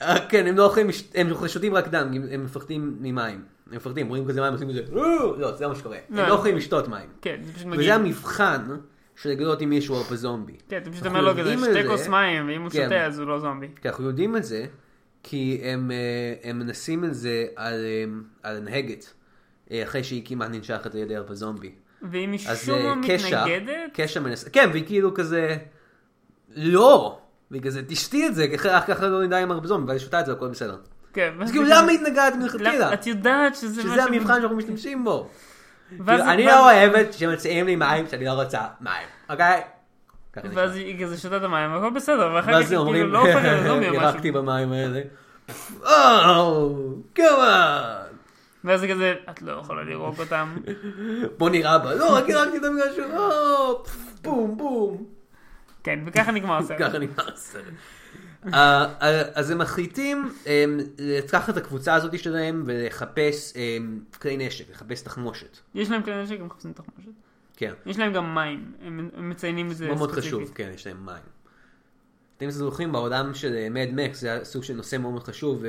Speaker 1: אה, כן, הם לא אוכלים, מש- הם שותים רק דם, הם- הם מפחדים ממים. הם מפחדים, רואים כזה מים, עושים כזה, "אה!" לא, זה לא מה שקורה. הם
Speaker 2: לא.
Speaker 1: לא יכולים לשתות מים.
Speaker 2: כן, זה פשוט
Speaker 1: וזה
Speaker 2: מגיע.
Speaker 1: המבחן של לגלות אם מישהו הרפא זומבי.
Speaker 2: כן, אתה פשוט
Speaker 1: אנחנו
Speaker 2: אומר לו כזה,
Speaker 1: יודעים את
Speaker 2: שתי
Speaker 1: זה,
Speaker 2: כוס מים, ואם הוא
Speaker 1: כן.
Speaker 2: שותה אז הוא לא זומבי.
Speaker 1: כי אנחנו יודעים את זה, כי הם, אה, הם מנסים את זה על, אה, על הנהגת, אה, אחרי שהיא כמעט ננשכת על ידי הרפא זומבי.
Speaker 2: ואם
Speaker 1: אז
Speaker 2: משום
Speaker 1: אה,
Speaker 2: מה
Speaker 1: קשה,
Speaker 2: מתנגדת,
Speaker 1: קשה מנס... כן, והיא כאילו כזה, לא, והיא כזה, תשתי את זה, כי אחר- ככה לא נדע אם הרפא זומבי, ואז היא שותה את זה, הכל בסדר.
Speaker 2: כן.
Speaker 1: אז כאילו, למה
Speaker 2: [LAUGHS]
Speaker 1: התנגדת מלכתחילה?
Speaker 2: למה- את יודעת שזה משהו...
Speaker 1: שזה המבחן שאנחנו משתמשים בו.
Speaker 2: ואז
Speaker 1: כאילו, אני
Speaker 2: היא-
Speaker 1: לא אוהבת שמציעים לי מים שאני לא רוצה מים, אוקיי? ככה נשמע.
Speaker 2: ואז היא כזה שותה את המים, הכל בסדר, ואחר כך
Speaker 1: ואז
Speaker 2: היא כאילו
Speaker 1: אומרים,
Speaker 2: לא הופכת
Speaker 1: [LAUGHS]
Speaker 2: לזומבי או משהו.
Speaker 1: ירקתי במים האלה. אוו, כמובן.
Speaker 2: ואז היא כזה, את לא יכולה
Speaker 1: [LAUGHS]
Speaker 2: לירוק אותם.
Speaker 1: בוא נראה בה. לא, רק ירקתי את המגרש שלו. "אה, פף, בום, בום.
Speaker 2: כן, וככה נגמר הסרט.
Speaker 1: ככה נגמר הסרט. אה, אה, אז הם מחליטים אמ, לקחת את הקבוצה הזאת שלהם ולחפש אמ, כלי נשק, לחפש תחמושת.
Speaker 2: יש להם כלי נשק, הם מחפשים תחמושת.
Speaker 1: כן,
Speaker 2: יש להם גם מים, הם הם מציינים את זה
Speaker 1: מאוד מאוד
Speaker 2: ספציפית.
Speaker 1: חשוב, כן, יש להם מים. אתם זוכרים בעולם של מד מקס, זה היה סוג של נושא מאוד מאוד חשוב,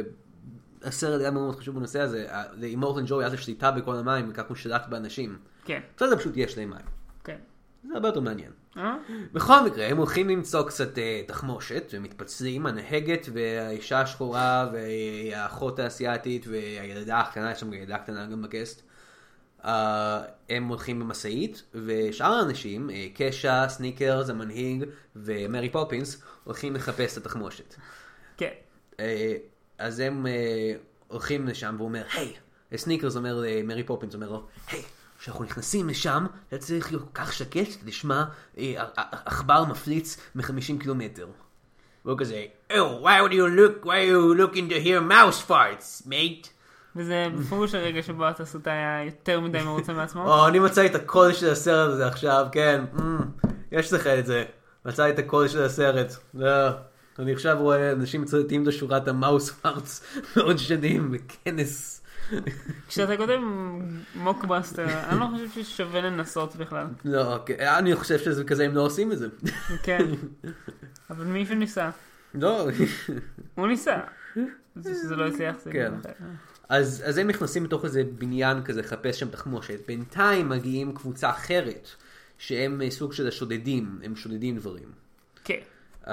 Speaker 1: והסרט היה מאוד מאוד חשוב בנושא הזה, לאימורטן ג'וי היה שליטה בכל המים, וכך הוא שלט באנשים.
Speaker 2: כן,
Speaker 1: בסדר, פשוט יש להם מים.
Speaker 2: כן.
Speaker 1: זה הרבה יותר מעניין.
Speaker 2: אה?
Speaker 1: בכל מקרה, הם הולכים למצוא קצת אה, תחמושת, ומתפצלים, הנהגת והאישה השחורה והאחות האסייתית והילדה הקטנה, יש שם ילדה קטנה גם בקסט. אה, הם הולכים במשאית, ושאר האנשים, אה, קשה, סניקרס, המנהיג ומרי פופינס, הולכים לחפש את התחמושת.
Speaker 2: כן.
Speaker 1: אה, אז הם אה, הולכים לשם והוא אומר, היי, אה, סניקרס אומר למרי פופינס, אומר לו, היי, כשאנחנו נכנסים לשם, אתה צריך להיות כל כך שקט, תשמע אה, ע- ע- עכבר מפליץ מ-50 קילומטר. והוא כזה, Oh, why would you look, why you looking to hear mouse farts, mate?
Speaker 2: וזה בפירוש הרגע שבו התסריטה היה יותר מדי
Speaker 1: [LAUGHS]
Speaker 2: מרוצה מעצמו.
Speaker 1: או, "Oh, אני מצא את הקול של הסרט הזה עכשיו, כן, mm, יש לך את זה. מצא את הקול של הסרט. לא. אני עכשיו רואה אנשים מצטטים את השורת המאוס פארטס [LAUGHS] מאוד שנים בכנס.
Speaker 2: כשאתה כותב מוקבאסטר, אני לא חושב ששווה לנסות בכלל.
Speaker 1: לא, אוקיי. אני חושב שזה כזה הם לא עושים את זה. [LAUGHS]
Speaker 2: כן. אבל מישהו ניסה.
Speaker 1: לא.
Speaker 2: הוא ניסה. זה שזה לא הצליח זה
Speaker 1: כן.
Speaker 2: עניין אחר.
Speaker 1: אז, אז הם נכנסים לתוך איזה בניין כזה לחפש שם תחמושת. בינתיים מגיעים קבוצה אחרת, שהם אה, סוג של השודדים, הם שודדים דברים.
Speaker 2: כן.
Speaker 1: Uh,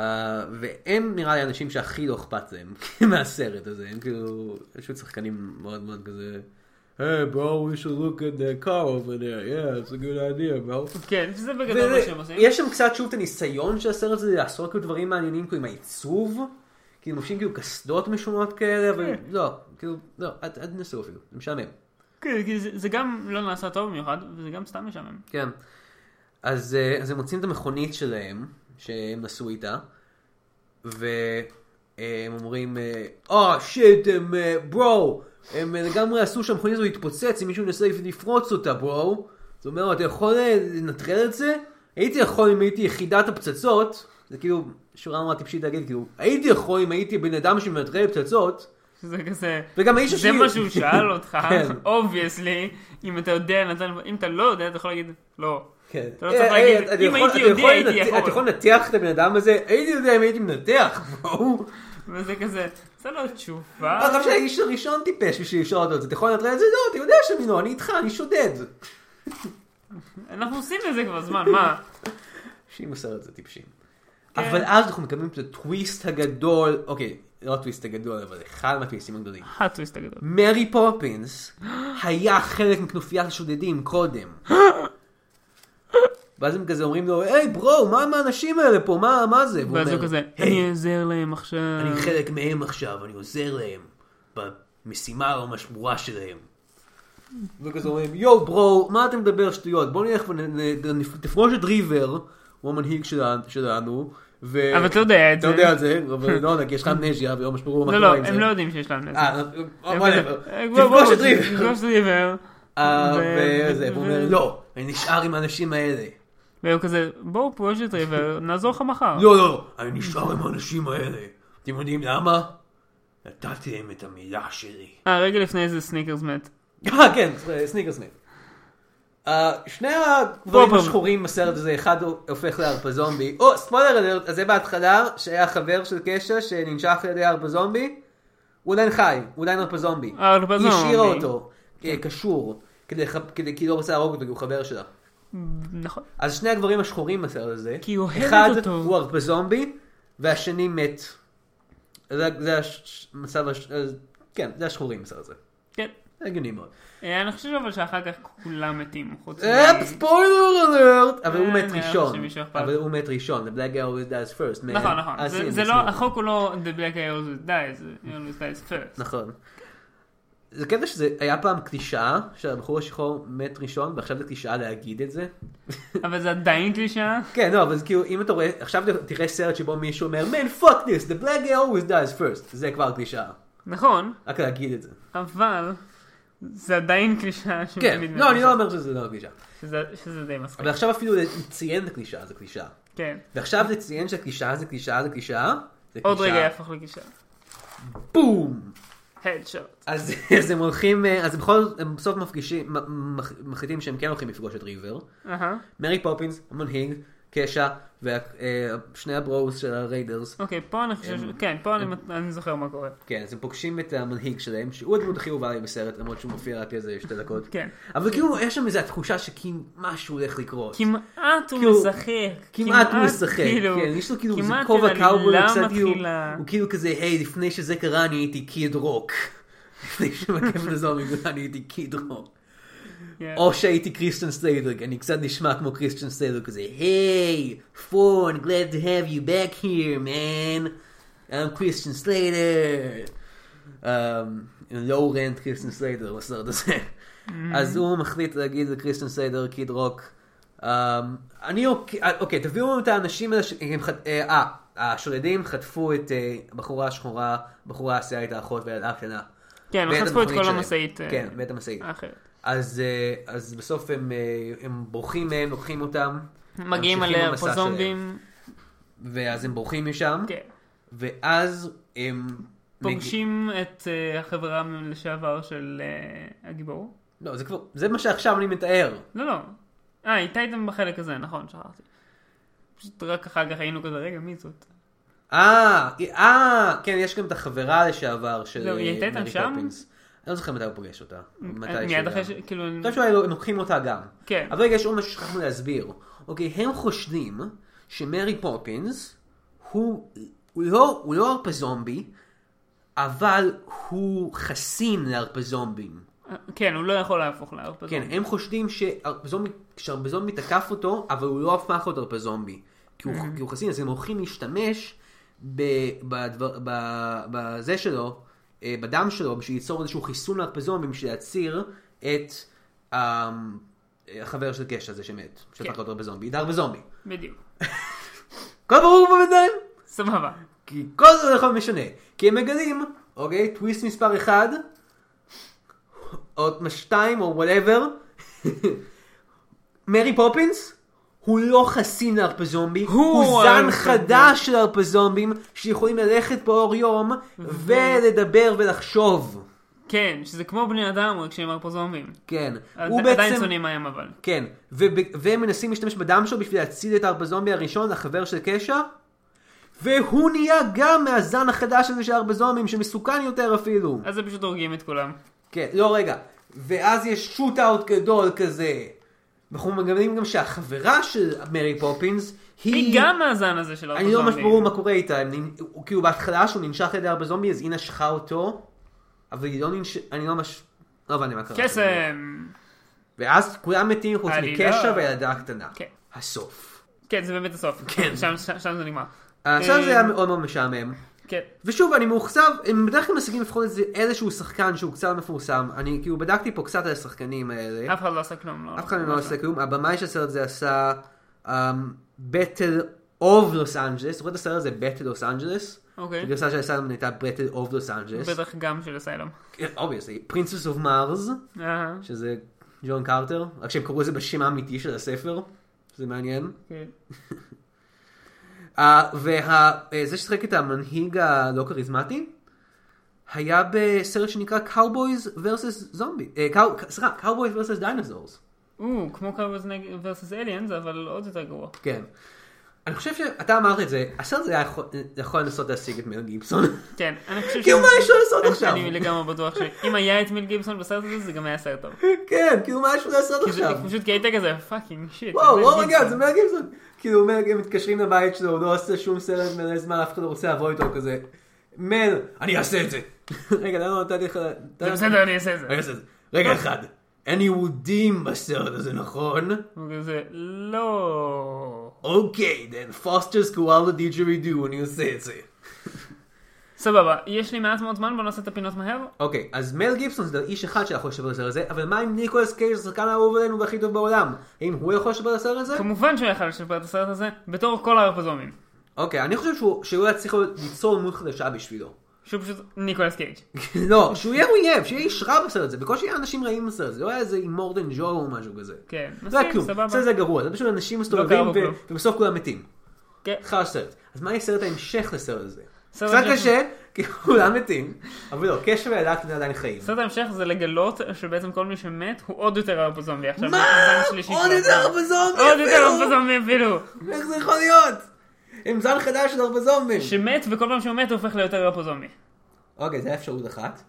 Speaker 1: והם נראה לי האנשים [LAUGHS] שהכי לא אכפת להם מהסרט הזה, הם כאילו, יש לי שחקנים מאוד מאוד כזה,
Speaker 4: Hey, bro, we should look at that car over there. Yeah, it's a good idea, bro.
Speaker 2: כן, שזה בגדול מה שהם עושים.
Speaker 1: יש שם קצת שוב את הניסיון של הסרט הזה לעשות כאילו דברים מעניינים כאילו עם העיצוב, כאילו מושים כאילו קסדות משונות כאלה, אבל
Speaker 2: כן.
Speaker 1: לא, כאילו, לא, אל אל תנסו אפילו, זה משעמם.
Speaker 2: כן, כי זה- זה גם לא נעשה טוב במיוחד, וזה גם סתם משעמם.
Speaker 1: כן. אז, אה, אז הם מוצאים את המכונית שלהם, שהם נסעו איתה, והם אומרים, אה, אה, שיט, הם, אה, ברו, הם אה, לגמרי עשו שהמכונית הזו תתפוצץ אם מישהו ינסה לפרוץ אותה, ברו. זה אומר, אתה יכול אה, לנטרל את זה? הייתי יכול אם הייתי יחידת הפצצות, זה כאילו, שורה נורא טיפשית להגיד, כאילו, הייתי יכול אם הייתי בן אדם שמנטרל פצצות,
Speaker 2: שזה כזה...
Speaker 1: וגם האיש
Speaker 2: זה
Speaker 1: השני-
Speaker 2: מה שהוא שאל אותך,
Speaker 1: כן.
Speaker 2: אובייסלי, אם אתה יודע, נתן, אם אתה לא יודע, אתה יכול להגיד, לא.
Speaker 1: כן.
Speaker 2: אתה לא צריך
Speaker 1: אה,
Speaker 2: להגיד,
Speaker 1: אה, אתה
Speaker 2: אם
Speaker 1: יכול-
Speaker 2: הייתי
Speaker 1: אתה
Speaker 2: יודע,
Speaker 1: יכול
Speaker 2: הייתי
Speaker 1: לנתח-
Speaker 2: יכול.
Speaker 1: אתה יכול לנתח את הבן אדם הזה? הייתי יודע אם הייתי מנתח, [LAUGHS] בואו.
Speaker 2: וזה כזה, זה לא תשובה.
Speaker 1: אגב שהאיש הראשון טיפש בשביל לשאול אותו את זה, אתה יכול לנתח את זה? לא, אתה יודע שאני לא, אני איתך, אני שודד.
Speaker 2: אנחנו עושים את זה כבר זמן, מה?
Speaker 1: אנשים בסרט זה טיפשים.
Speaker 2: כן.
Speaker 1: אבל אז אנחנו מקבלים את הטוויסט הגדול, אוקיי, לא הטוויסט הגדול, אבל אחד מהטוויסטים הגדולים.
Speaker 2: הטוויסט הגדול.
Speaker 1: מרי
Speaker 2: [GASPS]
Speaker 1: פופינס היה חלק מכנופיית השודדים קודם. ואז הם כזה אומרים לו, היי ברו, מה עם האנשים האלה פה, מה מה זה? והוא
Speaker 2: ואז הוא
Speaker 1: אומר,
Speaker 2: כזה,
Speaker 1: "היי,
Speaker 2: אני אעזר להם עכשיו.
Speaker 1: אני חלק מהם עכשיו, אני עוזר להם במשימה המשמורה שלהם. וכזה אומרים, יואו ברו, מה אתה מדבר שטויות? בוא נלך ונפרוש את ריבר, הוא המנהיג שלה- שלנו, ו...
Speaker 2: אבל אתה יודע את
Speaker 1: אתה
Speaker 2: זה.
Speaker 1: יודע את זה, אבל לא יודע, כי יש לך אמנזיה, ולא משמעו מה
Speaker 2: לא,
Speaker 1: קורה עם
Speaker 2: לא,
Speaker 1: זה.
Speaker 2: הם לא יודעים שיש להם נזק.
Speaker 1: אה,
Speaker 2: הם
Speaker 1: whatever.
Speaker 2: כזה, "אה, בוא, בוא,
Speaker 1: תפגוש את ריבר.
Speaker 2: תפגוש את ריבר.
Speaker 1: אה,
Speaker 2: ו-
Speaker 1: וזה, והוא
Speaker 2: ו-
Speaker 1: אומר, לא, אני נשאר עם האנשים האלה.
Speaker 2: והוא כזה, בואו פגוש את ריבר, נעזור לך מחר.
Speaker 1: לא, לא, אני נשאר עם האנשים האלה. אתם יודעים למה? נתתי להם את המילה שלי.
Speaker 2: אה, רגע לפני זה סניקרס מת.
Speaker 1: [LAUGHS] אה, כן, סניקרס מת. אה, שני הגברים
Speaker 2: פופר.
Speaker 1: השחורים בסרט הזה, אחד הופך לארפה זומבי. או, ספוילר אלרט, אז זה בהתחלה, שהיה חבר של קשע שננשך על ידי ארפה זומבי. הוא עדיין חי, הוא עדיין ארפה זומבי.
Speaker 2: אה, ארפה
Speaker 1: היא השאירה
Speaker 2: זומבי. כן.
Speaker 1: אותו, אה, קשור, כדי לח- כדי- כי היא לא רוצה להרוג אותו, כי הוא חבר שלה.
Speaker 2: נכון.
Speaker 1: אז שני הגברים השחורים בסרט הזה,
Speaker 2: כי היא אוהבת
Speaker 1: אחד
Speaker 2: אותו.
Speaker 1: הוא ארפה זומבי, והשני מת. זה זה הש- המצב, הש- אז- כן, זה השחורים בסרט הזה.
Speaker 2: כן.
Speaker 1: זה הגיוני מאוד.
Speaker 2: אה, אני חושב אבל שאחר כך כולם מתים, חוץ מ...
Speaker 1: אפ, ספוילר אלרט! אה, אבל הוא
Speaker 2: אה,
Speaker 1: מת
Speaker 2: אני חושב
Speaker 1: ראשון.
Speaker 2: שמישהו אכפת.
Speaker 1: אבל הוא מת ראשון. The black guy always dies first. man.
Speaker 2: נכון, נכון.
Speaker 1: אז
Speaker 2: זה-
Speaker 1: הנה,
Speaker 2: זה לא,
Speaker 1: ניסו.
Speaker 2: החוק הוא לא The Black Guy always dies, he always dies first.
Speaker 1: נכון. זה קטע שזה היה פעם קלישאה, שהבחור השחור מת ראשון, ועכשיו זה קלישאה להגיד את זה. נכון.
Speaker 2: אבל זה עדיין קלישאה.
Speaker 1: כן, לא, אבל זה כאילו, אם אתה רואה, עכשיו תראה סרט שבו מישהו אומר, man, fuck this, the black guy always dies first. זה כבר קלישאה.
Speaker 2: נכון,
Speaker 1: רק להגיד את זה.
Speaker 2: אבל זה עדיין
Speaker 1: כן,
Speaker 2: קלישאה שתמיד
Speaker 1: לא, אני לא
Speaker 2: מתים.
Speaker 1: אומר שזה לא קלישאה.
Speaker 2: שזה- שזה די מצחיק.
Speaker 1: אבל עכשיו אפילו לציין את הקלישאה זה קלישאה.
Speaker 2: כן.
Speaker 1: ועכשיו לציין שהקלישאה זה קלישאה זה קלישאה, זה
Speaker 2: עוד רגע
Speaker 1: קלישאה.
Speaker 2: יהפוך לקלישאה.
Speaker 1: בום!
Speaker 2: הדשוט.
Speaker 1: אז, [LAUGHS] אז הם הולכים, אה, אז הם בכל זאת, הם בסוף מפגישים, מ- מח- מחליטים שהם כן הולכים לפגוש את ריבר.
Speaker 2: אהה.
Speaker 1: מרי פופינס, המנהיג, קשע, ושני הברוס של הריידרס.
Speaker 2: אוקיי, פה אני חושב, ש- כן, פה אני מת- אני זוכר מה קורה.
Speaker 1: כן, אז הם פוגשים את המנהיג שלהם, שהוא הדמות הכי אהובה לי בסרט, למרות שהוא מופיע רק איזה שתי דקות.
Speaker 2: כן.
Speaker 1: אבל כאילו, יש שם איזו התחושה שכאילו משהו הולך לקרות.
Speaker 2: כמעט הוא
Speaker 1: כאילו,
Speaker 2: משחק.
Speaker 1: כמעט הוא משחק,
Speaker 2: כאילו,
Speaker 1: כן, יש לו כאילו איזה
Speaker 2: כמעט
Speaker 1: כובע
Speaker 2: העלילה
Speaker 1: קאובוי, הוא קצת כאילו,
Speaker 2: מתחילה.
Speaker 1: הוא כאילו כזה, היי, לפני שזה קרה אני הייתי קיד רוק. [LAUGHS] לפני שמקפת הזו המגולה אני הייתי קיד רוק.
Speaker 2: כן.
Speaker 1: או שהייתי קריסטן סטיידרג, אני קצת נשמע כמו קריסטן סטיידרג כזה, היי, פורן, glad to have you back here, man. I'm Christian Slater. Um, לא רנט קריסטן סליידר בסרט הזה.
Speaker 2: Mm-hmm.
Speaker 1: אז הוא מחליט להגיד לקריסטן סליידר, קיד רוק, אמ, אני אוקיי, אה, אוקיי, תביאו לנו את האנשים האלה, ש- הם חט- אה, אה, השודדים חטפו את אה, הבחורה השחורה, הבחורה האסיאית האחות והילדה הקטנה.
Speaker 2: כן, הם
Speaker 1: ואת
Speaker 2: חטפו את
Speaker 1: המכונית
Speaker 2: כל
Speaker 1: שלהם.
Speaker 2: המשאית, אה,
Speaker 1: כן, ואת המשאית.
Speaker 2: האחרת.
Speaker 1: אז, אה, אז בסוף הם, אה, הם בורחים מהם, לוקחים אותם.
Speaker 2: מגיעים
Speaker 1: ממשיכים
Speaker 2: עליה
Speaker 1: במסע
Speaker 2: פה
Speaker 1: שלהם.
Speaker 2: זומבים.
Speaker 1: ואז הם בורחים משם,
Speaker 2: כן.
Speaker 1: ואז הם...
Speaker 2: פוגשים את אה, החברה לשעבר של אה, הגיבור.
Speaker 1: לא, זה כבר... זה מה שעכשיו אני מתאר.
Speaker 2: לא, לא. אה, הייתה איתם בחלק הזה, נכון, שכחתי. פשוט רק אחר כך היינו כזה, רגע, מי זאת?
Speaker 1: אה, אה, כן, יש גם את החברה לשעבר של
Speaker 2: לא, היא
Speaker 1: אה,
Speaker 2: הייתה איתם
Speaker 1: מרי
Speaker 2: שם?
Speaker 1: פופינס. אני לא זוכר מתי הוא פוגש אותה. מתי
Speaker 2: מיד אחרי ש...
Speaker 1: אני
Speaker 2: כאילו...
Speaker 1: חושב שאולי לא- הם לוקחים אותה גם.
Speaker 2: כן.
Speaker 1: אבל רגע, יש עוד משהו ששכחנו להסביר. אוקיי, הם חושדים שמרי פופינס הוא הוא לא הוא לא הרפזומבי, אבל הוא חסין להרפזומבים.
Speaker 2: כן, הוא לא יכול להפוך להרפזון.
Speaker 1: כן, הם חושדים שהרפזומבי, כשהרפזומבי תקף אותו, אבל הוא לא הפך להיות הרפזומבי. כי הוא, כי הוא חסין, אז הם הולכים להשתמש ב, בדבר, ב, בזה שלו, אה, בדם שלו, בשביל ליצור איזשהו חיסון להרפזומבים, בשביל להציר את אה, החבר של קש הזה שמת, שהפך
Speaker 2: כן.
Speaker 1: להיות הרפזומבי, עידר וזומבי.
Speaker 2: בדיוק.
Speaker 1: הכל ברור פה בינתיים?
Speaker 2: סבבה.
Speaker 1: כי כל זה לא יכול משנה. כי הם מגלים, אוקיי, טוויסט מספר 1, או 2 או וואטאבר, [LAUGHS] מרי פופינס, הוא לא חסין להרפזומבי,
Speaker 2: הוא
Speaker 1: הוא, הוא זן
Speaker 2: ההרפזומבי.
Speaker 1: חדש של הרפזומבים, שיכולים ללכת באור יום,
Speaker 2: Mhm.
Speaker 1: ולדבר ולחשוב.
Speaker 2: כן, שזה כמו בני אדם, רק שהם הרפזומבים.
Speaker 1: כן. הוא
Speaker 2: עד- עדיין
Speaker 1: בעצם...
Speaker 2: שונאים מהם אבל.
Speaker 1: כן. וב- והם מנסים להשתמש בדם שלו בשביל להציל את הרפזומבי הראשון, החבר של קשע. והוא נהיה גם מהזן החדש הזה של הרפזומים, שמסוכן יותר אפילו.
Speaker 2: אז הם פשוט הורגים את כולם.
Speaker 1: כן, לא רגע. ואז יש שוט אאוט גדול כזה. אנחנו מגלים גם שהחברה של מרי פופינס היא...
Speaker 2: היא גם מהזן הזה של
Speaker 1: אני לא
Speaker 2: הרפזומבים.
Speaker 1: ממש ברור מה קורה איתה. הם נ- הוא- כאילו בהתחלה שהוא ננשך על ידי הרפזומבי אז היא נשכה אותו. אבל היא לא ננשכה... אני לא ממש... לא הבנתי מה קרה.
Speaker 2: קסם.
Speaker 1: ואז כולם מתים חוץ
Speaker 2: עלילה.
Speaker 1: מקשע והילדה הקטנה.
Speaker 2: כן.
Speaker 1: הסוף.
Speaker 2: כן, זה באמת הסוף.
Speaker 1: כן.
Speaker 2: שם, שם, שם זה נגמר.
Speaker 1: עכשיו
Speaker 2: אה.
Speaker 1: זה היה מאוד מאוד משעמם.
Speaker 2: כן.
Speaker 1: ושוב, אני מאוכזב, הם בדרך כלל משיגים לפחות איזה איזשהו שחקן שהוא קצת מפורסם. אני כאילו בדקתי פה קצת על השחקנים האלה.
Speaker 2: אף אחד לא עשה כלום. לא.
Speaker 1: אוקיי. אף אחד מהם לא עושה כלום. הבמאי של הסרט הזה עשה אמ, בטל אוף לוס אנג'לס. זוכר את הסרט הזה בטל לוס אנג'לס?
Speaker 2: אוקיי.
Speaker 1: הגרסה של הסרט הייתה בטל אוף לוס אנג'לס.
Speaker 2: בטח גם של אסיילום.
Speaker 1: כן, אובייסלי. פרינסס אוף מארז.
Speaker 2: אה,
Speaker 1: שזה ג'ון קרטר, רק שהם קראו לזה בשם האמיתי של הספר, שזה מעניין.
Speaker 2: כן.
Speaker 1: Uh, וזה ששיחק את המנהיג הלא כריזמטי, היה בסרט שנקרא Cowboys vs. זומבי, אה, קאו- סליחה, Cowboys vs. Dinosaurs,
Speaker 2: או, כמו קרבוז versus aliens, אבל עוד יותר גרוע.
Speaker 1: כן. אני חושב שאתה אמרת את זה, הסרט הזה היה יכול- אה, יכול לנסות להשיג את מיל גיבסון. [LAUGHS]
Speaker 2: כן, אני חושב ש...
Speaker 1: כאילו, מה יש לו לעשות
Speaker 2: אני-
Speaker 1: עכשיו?
Speaker 2: אני לגמרי בטוח שאם היה את מיל גיבסון בסרט הזה, זה גם היה סרט טוב.
Speaker 1: כן, כאילו מה יש לו לעשות
Speaker 2: כי זה
Speaker 1: עכשיו?
Speaker 2: פשוט כי היית כזה פאקינג שיט.
Speaker 1: וואו, oh אומייגאד, זה מיל גיבסון. כאילו, הוא אומר, הם מתקשרים לבית שלו, הוא לא עושה שום סרט מלא זמן, אף אחד לא רוצה לבוא איתו הוא כזה. מל, אני אעשה את זה. [LAUGHS] רגע, למה לא נתתי לך...
Speaker 2: זה בסדר, אני אעשה את זה.
Speaker 1: אני אעשה את זה.
Speaker 2: אה.
Speaker 1: רגע אחד, אין יהודים בסרט הזה, נכון?
Speaker 2: הוא כזה, אוקיי, לא...
Speaker 1: אוקיי, then foster school the teacher we do, אני עושה את זה.
Speaker 2: סבבה, יש לי מעט מאוד זמן, בוא נעשה את הפינות מהר.
Speaker 1: אוקיי, אז מל גיבסון זה איש אחד שיכול לשפר את הסרט הזה, אבל מה עם ניקולס קייג', השחקן האהוב עלינו והכי טוב בעולם? האם הוא יכול לשפר את הסרט הזה?
Speaker 2: כמובן שהוא יכל לשפר את הסרט הזה, בתור כל הרפזומים.
Speaker 1: אוקיי, אני חושב שהוא- שהוא היה צריך ליצור דמות חדשה בשבילו. [LAUGHS]
Speaker 2: שהוא פשוט ניקולס קייג'.
Speaker 1: לא, שהוא יהיה אויב, שיהיה איש רע בסרט הזה, בקושי היה אנשים רעים בסרט הזה, לא היה איזה מורדן ג'ו או משהו כזה.
Speaker 2: כן,
Speaker 1: זה לא היה
Speaker 2: מסכים,
Speaker 1: כלום,
Speaker 2: סבבה. לא
Speaker 1: בסרט זה גרוע, זה פשוט אנשים מסתובבים
Speaker 2: קרה בו
Speaker 1: ו-
Speaker 2: כלום.
Speaker 1: ובסוף כולם מתים.
Speaker 2: כן.
Speaker 1: חרא סרט. אז מה יהיה סרט ההמשך לסרט הזה?
Speaker 2: סרט
Speaker 1: קצת
Speaker 2: ההמשך-
Speaker 1: קשה, כי כולם מתים, אבל לא, קשר וילדה קטנה עדיין חיים.
Speaker 2: סרט ההמשך זה לגלות שבעצם כל מי שמת הוא עוד יותר הרבה זומבי עכשיו.
Speaker 1: מה?
Speaker 2: זה זן שלישי
Speaker 1: עוד
Speaker 2: כבר.
Speaker 1: יותר בזומבי
Speaker 2: עוד יותר הרבה
Speaker 1: אפילו!
Speaker 2: זומבי אפילו.
Speaker 1: איך זה יכול להיות? עם זן חדש של הרבה זומבים.
Speaker 2: שמת וכל פעם שהוא מת הוא הופך ליותר הרבה זומבי.
Speaker 1: אוקיי, זו אפשרות אחת.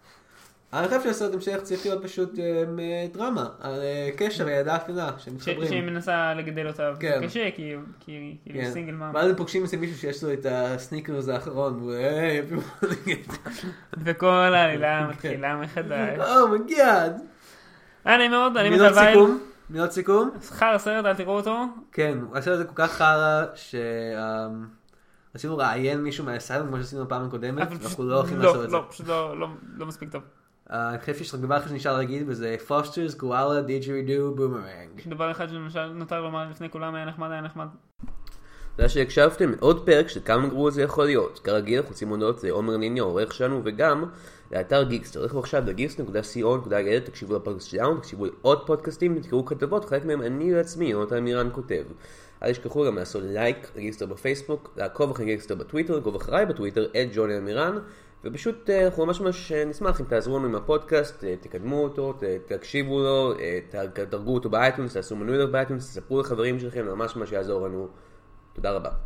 Speaker 1: אני חושב שהסרט המשך צריך להיות פשוט אמ, אה, דרמה, על אה, קשר וילדה קטנה,
Speaker 2: ש-
Speaker 1: שמתחברים.
Speaker 2: שהיא מנסה לגדל אותה
Speaker 1: כן.
Speaker 2: קשה כי הוא- כי היא כאילו
Speaker 1: כן.
Speaker 2: סינגל מאם.
Speaker 1: ואז הם פוגשים איזה מישהו שיש לו את הסניקרס האחרון, והוא אה, [LAUGHS] היי,
Speaker 2: אוקיי. וכל העלילה
Speaker 1: כן.
Speaker 2: מתחילה מחדש.
Speaker 1: אומייגאד.
Speaker 2: היה נעים מאוד, אני
Speaker 1: אה, מילות
Speaker 2: מטלווייל.
Speaker 1: סיכום? מילות סיכום?
Speaker 2: שכר הסרט אל תראו אותו.
Speaker 1: כן, הסרט הזה כל כך חרא, שרצינו לראיין מישהו מהסרט כמו שעשינו בפעם הקודמת,
Speaker 2: אבל פשוט-
Speaker 1: ואנחנו לא הולכים לעשות
Speaker 2: לא,
Speaker 1: את זה.
Speaker 2: לא, פשוט לא- לא לא מספיק טוב.
Speaker 1: אה, אני חושב שיש רק דבר אחד שנשאר להגיד, וזה פוסטרס, גואלה, דיג'רידו, בומרנג.
Speaker 2: יש דבר אחד שלמשל נותר לומר לפני כולם היה נחמד היה נחמד.
Speaker 5: תודה שהקשבתם לעוד פרק של כמה גרוע זה יכול להיות. כרגיל אנחנו עושים הודעות לעומר ניני העורך שלנו וגם לאתר גיקסטר. לכו עכשיו לגיקסטר.co.il, תקשיבו לפודקאסט שלנו, תקשיבו לעוד פודקאסטים, תקראו כתבות, חלק מהם אני לעצמי, יונתן מירן כותב. אל תשכחו גם לעשות לייק לגיקסטר בפייסבוק, לעקוב אחרי גיקסטר בטוויטר, לעקוב אחריי בטוויטר, את ג'וני אמירן, ופשוט אה, אנחנו ממש ממש אה, נשמח אם תעזרו לנו עם הפודקאסט, אה, תקדמו אותו, ת- תקשיבו לו, אה, ת- תדרגו אותו באייטונס, תעשו מנוי לו באייטונס, תספרו לחברים שלכם, זה ממש ממש יעזור לנו. תודה רבה.